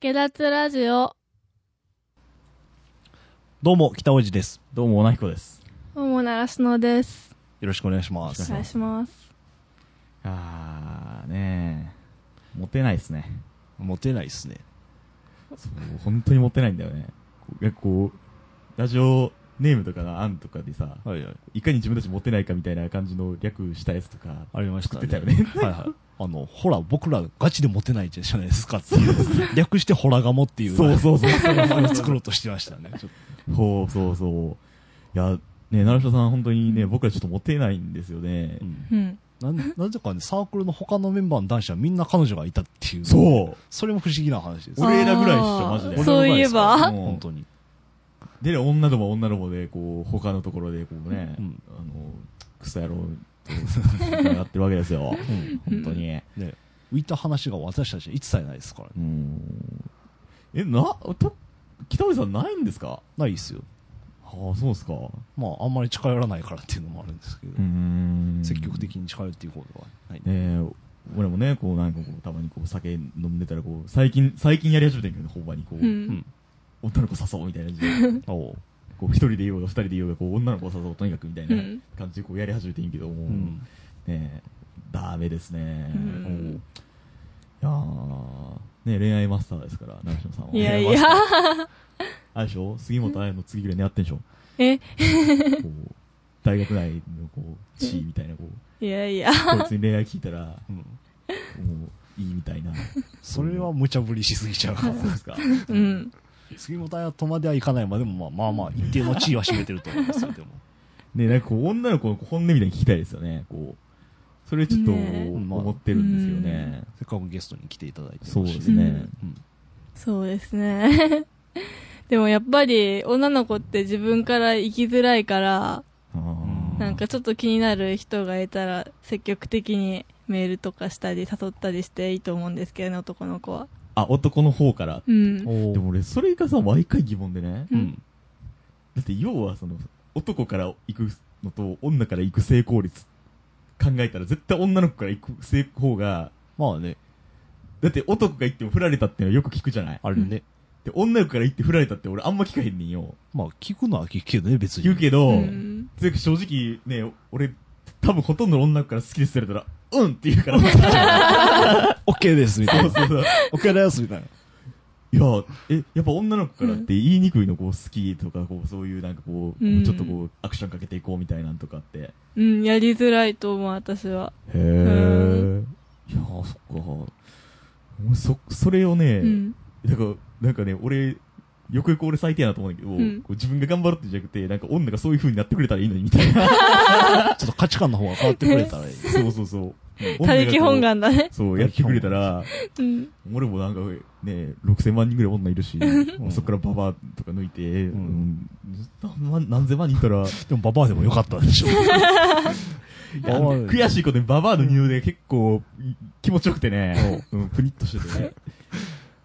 下脱ラジオ。どうも、北王子です。どうも、おなひこです。どうも、ならすのです。よろしくお願いしまおす願。いします。あー、ねえ。モテないですね。モテないっすね。そう、本当にモテないんだよね。こう、こうラジオネームとかの案とかでさ、はいはい。いかに自分たちモテないかみたいな感じの略したやつとか、ありましたね。作ってたよねはいはい。あの、ほら、僕らガチでモテないじゃないですかっていう。略してホラガモっていう。そうそうそうそう。名前を作ろうとしてましたね。ちょっほう、そうそう。いや、ね、成田さん、本当にね、僕らちょっとモテないんですよねと。うんうん。なんなぜかね、サークルの他のメンバーの男子はみんな彼女がいたっていう。そう。それも不思議な話です。俺らぐらいっしょマジであーそういえ俺らばぐらいっすよ。本当に。で、女ども女どもで、こう、他のところで、こうね、うんあの、クソ野郎と、やってるわけですよ。本当に。ね。浮いた話が私たちは一切ないですからね。うん。え、な、と、北堀さんないんですかないっすよ。ああ、そうですか。うまあ、あんまり近寄らないからっていうのもあるんですけど。ん積極的に近寄っていこうとは。はい。ねえ、俺もね、こう、なんかこう、たまにこう、酒飲んでたら、こう、最近、最近やり始めてんけどね、ほんまにこう、うん女の子誘おうみたいな 感じでおうこう、一人でいようが、二人でいようが、こう、女の子誘おう、とにかくみたいなうん感じで、こう、やり始めてんけど、もう、うんねえ、ダメですね。うんおういやー、ねえ恋愛マスターですから、成島さんは。いやいや、 あれでしょ杉本彩の次ぐらい狙ってんでしょえ、こう、大学内のこう、地位みたいな、こう、いやいや、こいつに恋愛聞いたら、もうんう、いいみたいな。それは無茶ぶりしすぎちゃうかそうらで すか。うん。 杉本彩とまではいかないまでも、まあまあまあ、一定の地位は占めてると思いますよ、でも。ね、なんかこう、女の子の本音みたいに聞きたいですよね。こう、それちょっとねえ思ってるんですよね。せっかくゲストに来ていただいてますしそうですね。うんそうですね。 でもやっぱり女の子って自分から生きづらいから、あーなんかちょっと気になる人がいたら積極的にメールとかしたり誘ったりしていいと思うんですけどね、男の子は。あ、男の方から。うん。おでも俺、それがさ、毎回疑問でね。ううんん。だって要は、その、男から行くのと、女から行く成功率考えたら、絶対女の子から行く成功が、まあね、だって男が行っても振られたっていうのはよく聞くじゃないあれね、で、女の子から行って振られたって俺あんま聞かへんねんよ。まあ聞くのは聞くけどね、別に。言うけど、うんつうか正直ね、俺、多分ほとんどの女の子から好きですって言われたら、うんって 言うから、そ OK です、みたいうな。そうそう。 OK です、みたいな。いや、え、やっぱ女の子からって言いにくいの、こう、好きとか、こう、そういうなんかこう、うんちょっとこう、アクションかけていこうみたいなんとかって。へうん、やりづらいと思う、私は。え。いやー、そっか。俺そ、それをね、うん。だから、なんかね、俺、よくよく俺最低やなと思うんだけど、うんこう自分が頑張るってじゃなくて、なんか女がそういう風になってくれたらいいのにみ たいな。ちょっと価値観の方が変わってくれたらいい。そうそうそう。 他力本が願こだねう。そう、やってくれたら、うん。俺もなんかね、6000万人ぐらい女いるし、んそっからババアとか抜いて、うんん何万何千万人いたら、でも、ババアでもよかったで しょ。ババアで悔しいことにババアの入で結構気持ちよくてね、うん、プニッとしててね、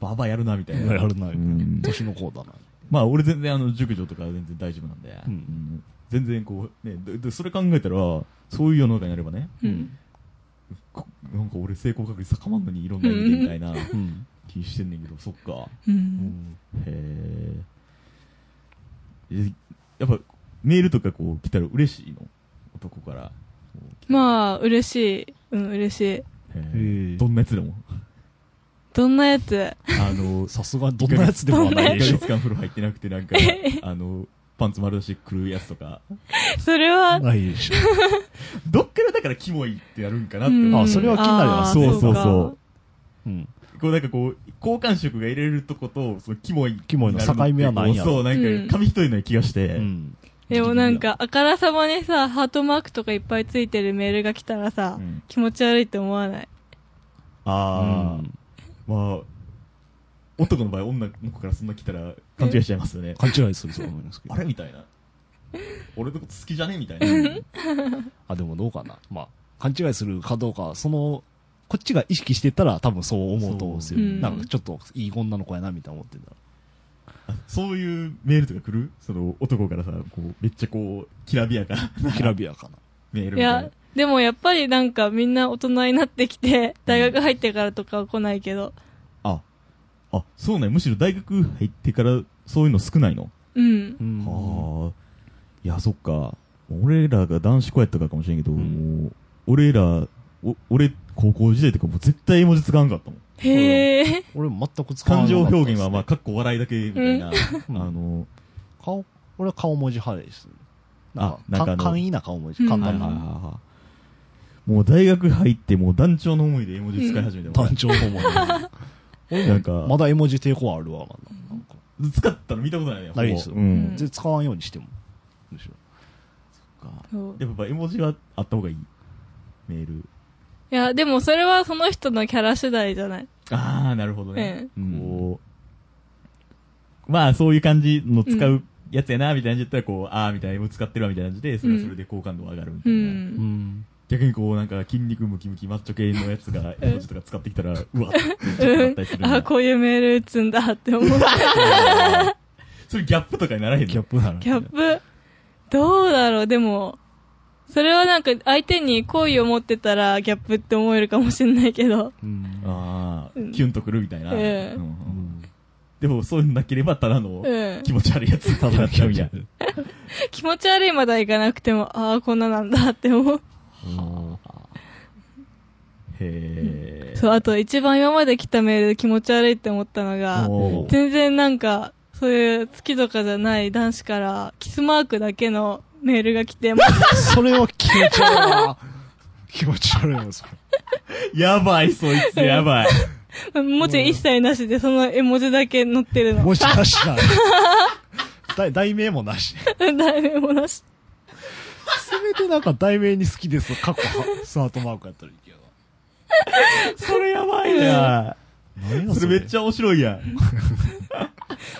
ババアやるなみたいな。やるな、みたいうなん年の子だな。まあ俺全然あの、熟女とか全然大丈夫なんで、うんうん全然こう、ね、ででそれ考えたら、そういう世の中になればね、うん。こなんか俺成功確率高まんのにいろんな意味でみたいなうん。気してんねんけど、そっか。う。うんんへえ。えやっぱ、メールとかこう来たら嬉しいの男から。まあ、嬉しい。うん、嬉しい。へえどんなやつ でも。どんなやつ あの、さすがにどんなやつでもはな1いでヶしょ月。間風呂入ってなくてなんか、 あの、パンツ丸出し来るやつとか。 それは、ないでしょ。どっからだからキモいってやるんかなってうん思う。あそれは気になるよあーそうそうかそう。うん。こうなんかこう、好感触が入れるとこと、そのキモい。キモいの境目はないんやろそう、なんか紙一重の気がして。うん。でもなんか、あからさまにさ、ハートマークとかいっぱいついてるメールが来たらさ、うん気持ち悪いって思わない。ああ、うんまあ、男の場合、女の子からそんな来たら勘違いしちゃいますよね。勘違いすると思いますけどあ。れみたいな。俺のこと好きじゃねみたいな。あ、でもどうかな。まあ、勘違いするかどうか、その、こっちが意識してたら多分そう思うと思うんですよ。そううんなんかちょっといい女の子やな、みたいな思ってんだそういうメールとか来るその男からさ、こう、めっちゃこう、きらびやかなろう。きらびやかな。メいールみたいやな。、でもやっぱりなんかみんな大人になってきて、大学入ってからとかは来ないけど、あ、あ、そうね。むしろ大学入ってからそういうの少ないの、うんう。んはあ。いや、そっか。俺らが男子校やったからかもしれんけど、うんもう、俺ら、お俺、高校時代とかもう絶対絵文字使わんかったもん。へえ。俺も全く使わ感な情かったで表すね現は、まあ、かっこ笑いだけみたいな、んあの、顔、俺は顔文字派です。なんかあなんかあのか簡易な顔文う字。ん簡はいはい単はいな。はい。もう大学入って、もう団長の思いで絵文字使い始めても、単調の もの。なんか、まだ絵文字抵抗あるわ。なんか使ったの見たことないね。ないですほぼようん。全然使わんようにしても。むしろそうやっぱ絵文字はあった方がいい。メール。いや、でもそれはその人のキャラ次第じゃない。ああ、なるほどね。ええこう、まあそういう感じの使うやつやな、みたいな感じだったら、こう、ああ、みたいな、絵文字使ってるわ、みたいな感じで、それはそれで好感度が上がるみたういな。ん。逆にこう、なんか筋肉ムキムキマッチョ系のやつが絵文字とか使ってきた ら、うわってなったりするんだ。あ、こういうメール打つんだって思う。 それギャップとかにならへんのギャップなら。ギャップ、どうだろう、でも、それはなんか相手に好意を持ってたらギャップって思えるかもしれないけど。うんああ、うんキュンとくるみたいな。ええうんううんんでも、そういうのなければ、ただのうん気。持ち悪いやつ、ただなっちゃうんや。気持ち悪いまではいかなくても、ああ、こんななんだって思う。へえ。そう、あと一番今まで来たメールで気持ち悪いって思ったのが、おー全然なんか、そういう好きとかじゃない男子から、キスマークだけのメールが来て、もそれは気持ち悪いな。気持ち悪いな、それ。やばい、そいつ、やばい。 う文字一切なしで、その絵文字だけ載ってるの文。字なしだ。 だ題名もなし。誰もなし。せめてなんか題名に好きです。過去、スハートマークやったらいいけど。それやばいな。何やそれめっゃ。ちゃ面白いやん。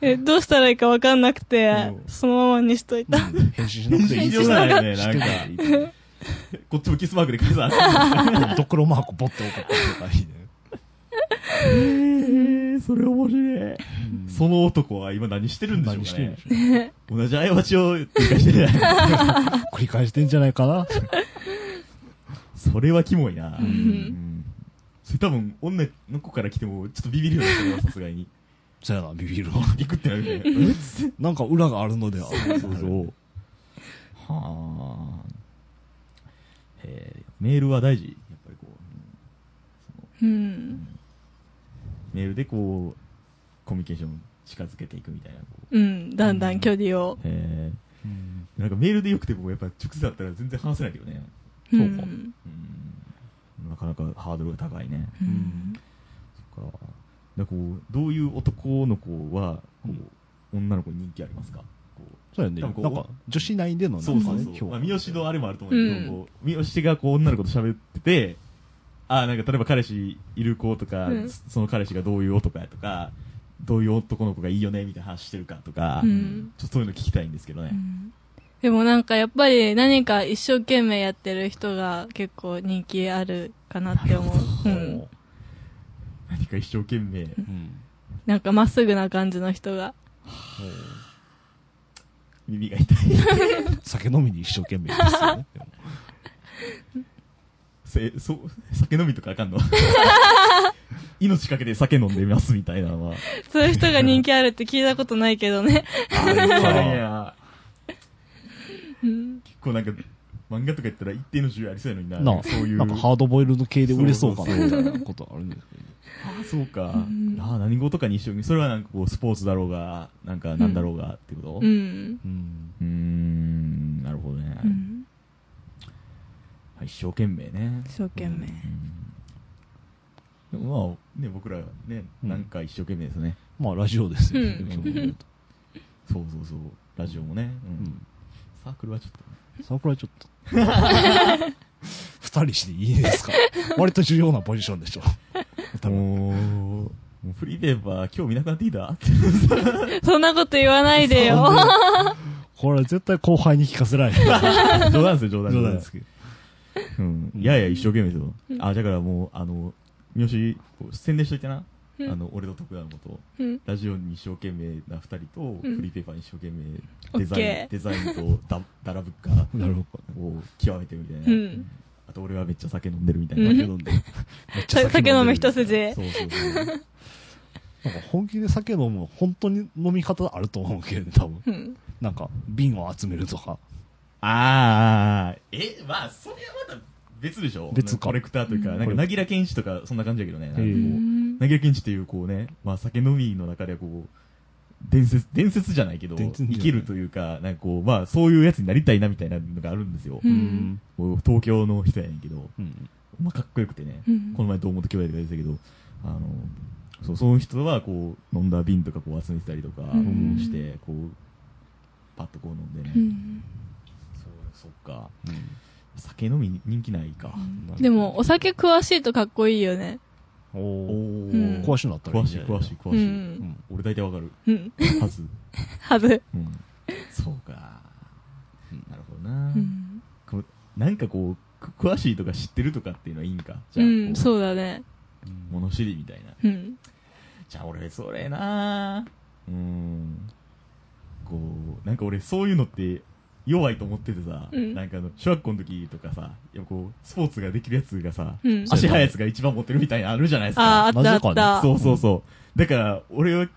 え、どうしたらいいかわかんなくてう、んそのままにしといた。うん返信しなくてい返いです信しないよねしていいこっちもキスマークで返さなドクロマークボッて送ってと かいいね。へえ、それ面白い。その男は今何してるんでしょう何しかてんねでし。ょ同じ過ちを繰り返してない。う繰り返してんじゃないかな。 それはキモいな。うんんそれ多分、女の子から来ても、ちょっとビビるよね、それはさすがに。そうやな、ビビるわ。ビクってなるね。うっつって なんか裏があるのでは。そうそう。はあ。へえ、メールは大事。やっぱりこう、うんそのうん。メールでこう、コミュニケーションを近づけていくみたいな。こううん。だんだん距離を。へうんえ。なんかメールでよくても、やっぱ直接だったら全然話せないけどね。そうかんうん。なかなかハードルが高いね。うん。そっか。でこう、どういう男の子は、こう、女の子に人気ありますかこうそうやね。多なん分こうか、女子内でのねそうそうなんかねそう。まあ、三好のあれもあると思うけど、うんこう三好がこう女の子と喋ってて、ああ、なんか例えば彼氏いる子とか、うんその彼氏がどういう男やとか、どういう男の子がいいよねみたいな話してるかとか、うんちょっとそういうの聞きたいんですけどね。でもなんかやっぱり何か一生懸命やってる人が結構人気あるかなって思う。うん。何か一生懸命。うんなんかまっすぐな感じの人が。耳が 痛い。酒飲みに一生懸命ですよね。でもせそう酒飲みとか あかんの命かけて酒飲んでますみたいなのは。そういう人が人気あるって聞いたことないけどね。あなんや。うん。結構なんか、漫画とか言ったら一定の需要ありそうやのにな。 なそういう。なんかハードボイルド系で売れそうかなそうみそたういそうなことあるんですけど。あそうか。うんああ何事かに一緒に。それはなんかこう、スポーツだろうが、なんかなんだろうがってことううーん。うん、ん。なるほどね。うんまあ一生懸命ね。一生懸命うん。でもまあ、ね、僕らね、なんか一生懸命ですね。まあ、ラジオですよ。ううんん。そうそうそう。ラジオもね。うんサークルはちょっとね。サークルはちょっと。二人していいですか割と重要なポジションでし ょ。多分もう、もうフリーペーパー興味なくなってきたそんなこと言わないでよ。これ絶対後輩に聞かせられ な い。冗談ですよ、冗談冗談ですけど。うん。いやいや、一生懸命ですよ。あ、だからもう、あの、三好、こう宣伝しといてな。うんあの、俺と徳田のことを。うんラジオに一生懸命な二人と、んフリーペーパーに一生懸命、オデッザイン、ケーデザインとダダラブッカなるほを極めてるみたいな。うん。あと俺はめっちゃ酒飲んでるみたいど。な。酒飲んで。めっちゃさ酒飲むでる一筋。そうそうそう。なんか本気で酒飲む、本当に飲み方あると思うけどね、多分。うん。なんか、瓶を集めるとか。ああ、え、まあ、それはまた別でしょ別かコレクターというか、うんなんこか、れなぎら健士とか、そんな感じだけどね。なんかへこえうなぎら健士っていう、こうね、まあ、酒飲みの中ではこう、伝説、伝説じゃないけど、伝説生じゃないきるというか、なんかこう、まあ、そういうやつになりたいなみたいなのがあるんですよう。んこう東京の人やねんけど、うん。まあ、かっこよくてね、うんこの前、堂本兄弟が出てたけど、あの、そう、その人は、こう、飲んだ瓶とかこう集めてたりとかんして、こう、パッとこう飲んでね。うんそう、そっか。うん酒飲み人気ないか。でも、お酒詳しいとかっこいいよね。おーーうん詳しいのあったら詳んしじいゃな詳しい詳うしん。い。うん俺大体わかる。うん。はず。はず。うん。そうか。なるほどなう。ん。こうなんかこう、く詳しいとか知ってるとかっていうのはいいんか。じうゃあ、ん、こそうだね。う物知りみたいな。うん。じゃあ俺、それなうん。こう、なんか俺、そういうのって、弱いと思っててさ、うんなんかあの、小学校の時とかさ、やっぱこう、スポーツができるやつがさ、うん足早いやつが一番持ってるみたいなのあるじゃないですか。ああ、あっなぜたあっかた。そうそうそう。だから、俺は、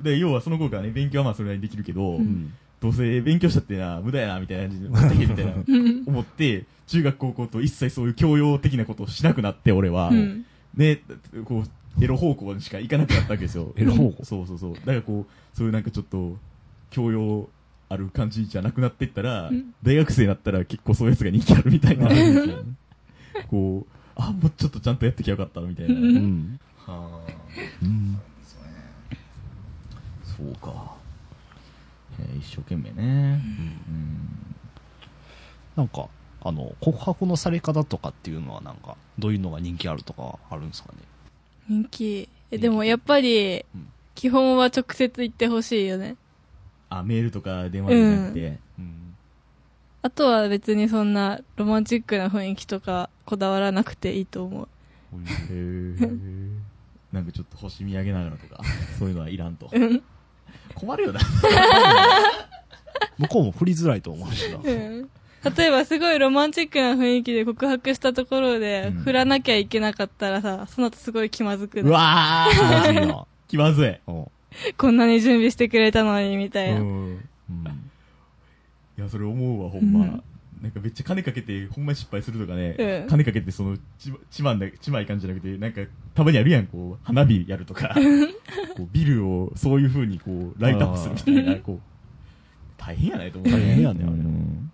で、要はその子がね、勉強はまあそれなりにできるけど、うんどうせ勉強したってな、無駄やな、みたいな感じで、 またけみたいな、うん。思って、中学高校と一切そういう教養的なことをしなくなって、俺は。うん。ね、こう、エロ方向にしか行かなくなったわけですよ 。エロ方向そうそうそう。だからこう、そういうなんかちょっと、教養ある感じじゃなくなっていったら、うん大学生になったら結構そういうやつが人気あるみた いな。こう、あ、もうちょっとちゃんとやってきゃよかった、みたいな。うんうんはあうんそうか。えー一生懸命ね。うん。なんか、あの、告白のされ方とかっていうのはなんか、どういうのが人気あるとかあるんですかね。人気。え、でもやっぱりうん、基本は直接言ってほしいよね。あ、メールとか電話じゃなくて。うん。あとは別にそんなロマンチックな雰囲気とかこだわらなくていいと思う。へー なんかちょっと星見上げながらとか、そういうのはいらんと。困るよな。向こうも振りづらいと思うしな。うん例えばすごいロマンチックな雰囲気で告白したところでうん振らなきゃいけなかったらさ、その後すごい気まずくうなわ気まずいーな。 気まずい。うんこんなに準備してくれたのにみたいうな。ん。うんいや、それ思うわ、ほんま。うんなんかめっちゃ金かけて、ほんまに失敗するとかね、うん金かけて、その、ち、ちまんだ、ちまい感じじゃなくて、なんか、たまにあるやん、こう、花火やるとか、こうビルを、そういう風にこう、ライトアップするみたいな、こう、大変やないと思う。大変やねうあれんうん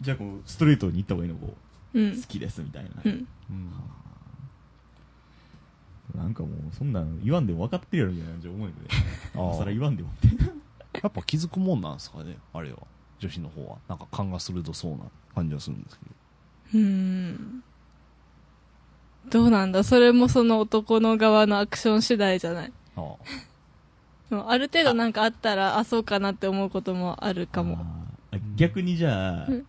じゃあ、こう、ストレートに行った方がいいの、こう、う好ん。きです、みたいな。うん。うんなんかもう、そんなん言わんでも分かってるやろ、みたいな感じで思うんやけどね。あ今ー更言わんでもって。やっぱ気づくもんなんですかね、あれは。女子の方は。なんか勘が鋭そうな感じはするんですけど。うん。どうなんだそれもその男の側のアクション次第じゃない。ああ。でもある程度なんかあったら、あ、そうかなって思うこともあるかも。あー。あ逆にじゃあ、うん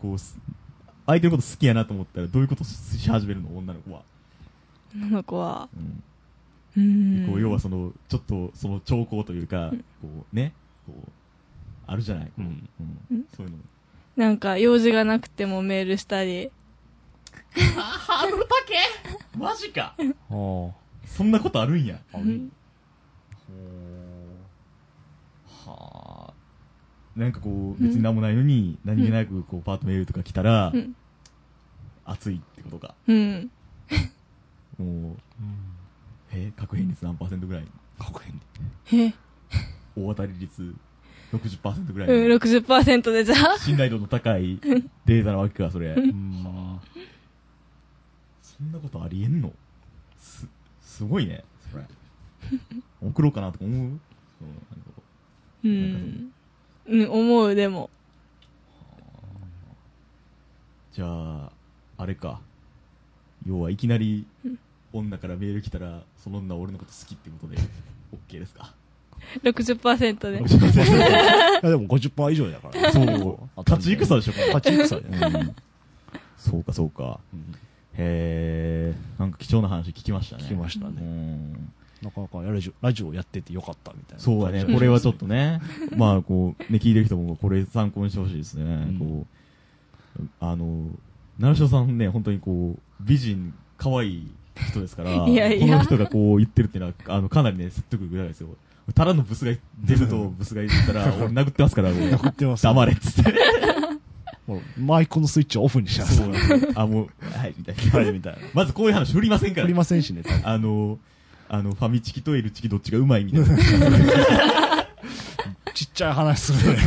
こうす、相手のこと好きやなと思ったら、どういうことしし始めるの女の子は。女の子は。うんうん。こう要はその、ちょっと、その兆候というか、うんこうね、こう、あるじゃない。こうんううんそういうの。なんか用事がなくてもメールしたり。あハードル高けマジかあそんなことあるんや。あ。うんはあ。なんかこう、別に何もないのに、何気なくこう、パートメールとか来たらう、ん。熱いってことか。うん。もう、え、確変率何パーセントぐらい確変え、大当たり率60%ぐらいうん、の60%でじゃあ。信頼度の高いデータなわけか、それ。うん。そんなことありえんのす、すごいね、それ。 送ろうかなとか思ううんなんかうん。うん、思う、でも。じゃあ、あれか。要はいきなり、女からメール来たら、その女俺のこと好きってことで、OK ですか。 60%で。いやでも50%以上だからね。そう。勝ち戦でしょ、これ勝ち戦だよね。うんそうか、そうか。うんへえ、なんか貴重な話聞きましたね。聞きましたうね。ん。なかなかラジオラジオやっててよかったみたいな。そう だね、これはちょっとね、まあこう、ね、聞いてる人もこれ参考にしてほしいですね。んこう、あの、奈良翔さんね、本当にこう、美人、可愛い人ですから、 いやいやこの人がこう言ってるっていうのは、あの、かなりね、説得力ないですよ。ただのブスが出ると、ブスが言っ たら、俺殴ってますから、俺殴ってま す黙れっつって。もうマイクのスイッチをオフにしちゃそうう。なんですよあ、もう、はい、みたいな。はいみたいなまずこういう話振りませんか振らり。ません しね、多分あの、あの、ファミチキとエルチキどっちがうまいみたいな。ちっちゃい話するね。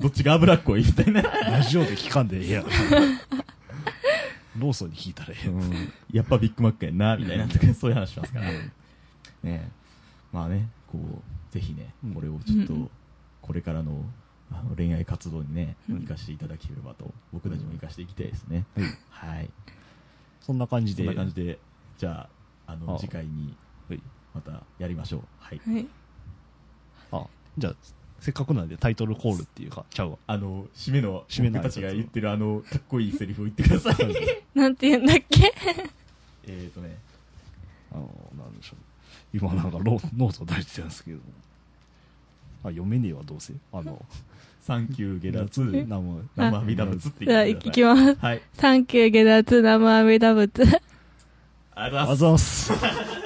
どっちが脂っこいみたいな。ラジオで聞かんでええやん。ローソンに聞いたらええやん。やっぱビッグマックやんな、みたいな、そういう話しますから。ねまあね、こう、ぜひねうん、これをちょっとうん、これからの、あの恋愛活動にね、うん生かしていただければと、僕たちも生かしていきたいですね。はい。そんな感じそで。んな感じで、じゃあ、ああの、次回に、またやりましょう。はい。はい。あ、じゃあ、せっかくなんでタイトルコールっていうか、ちゃうわ。あの、締めの、締めの僕挨拶をたちが言ってるあの、かっこいいセリフを言ってくだ さい。なんて言うんだっけえっとね、あの、なんでしょう。今なんかロ ノート出してたんですけど。あ、読めねえわ、どうせ。あの、サンキューゲラツ夏、なも、生アミダブツってじゃあ、言っ行てください。きます。はい。サンキュー、下脱、生阿弥陀仏。ありがとうございあますざ。ます。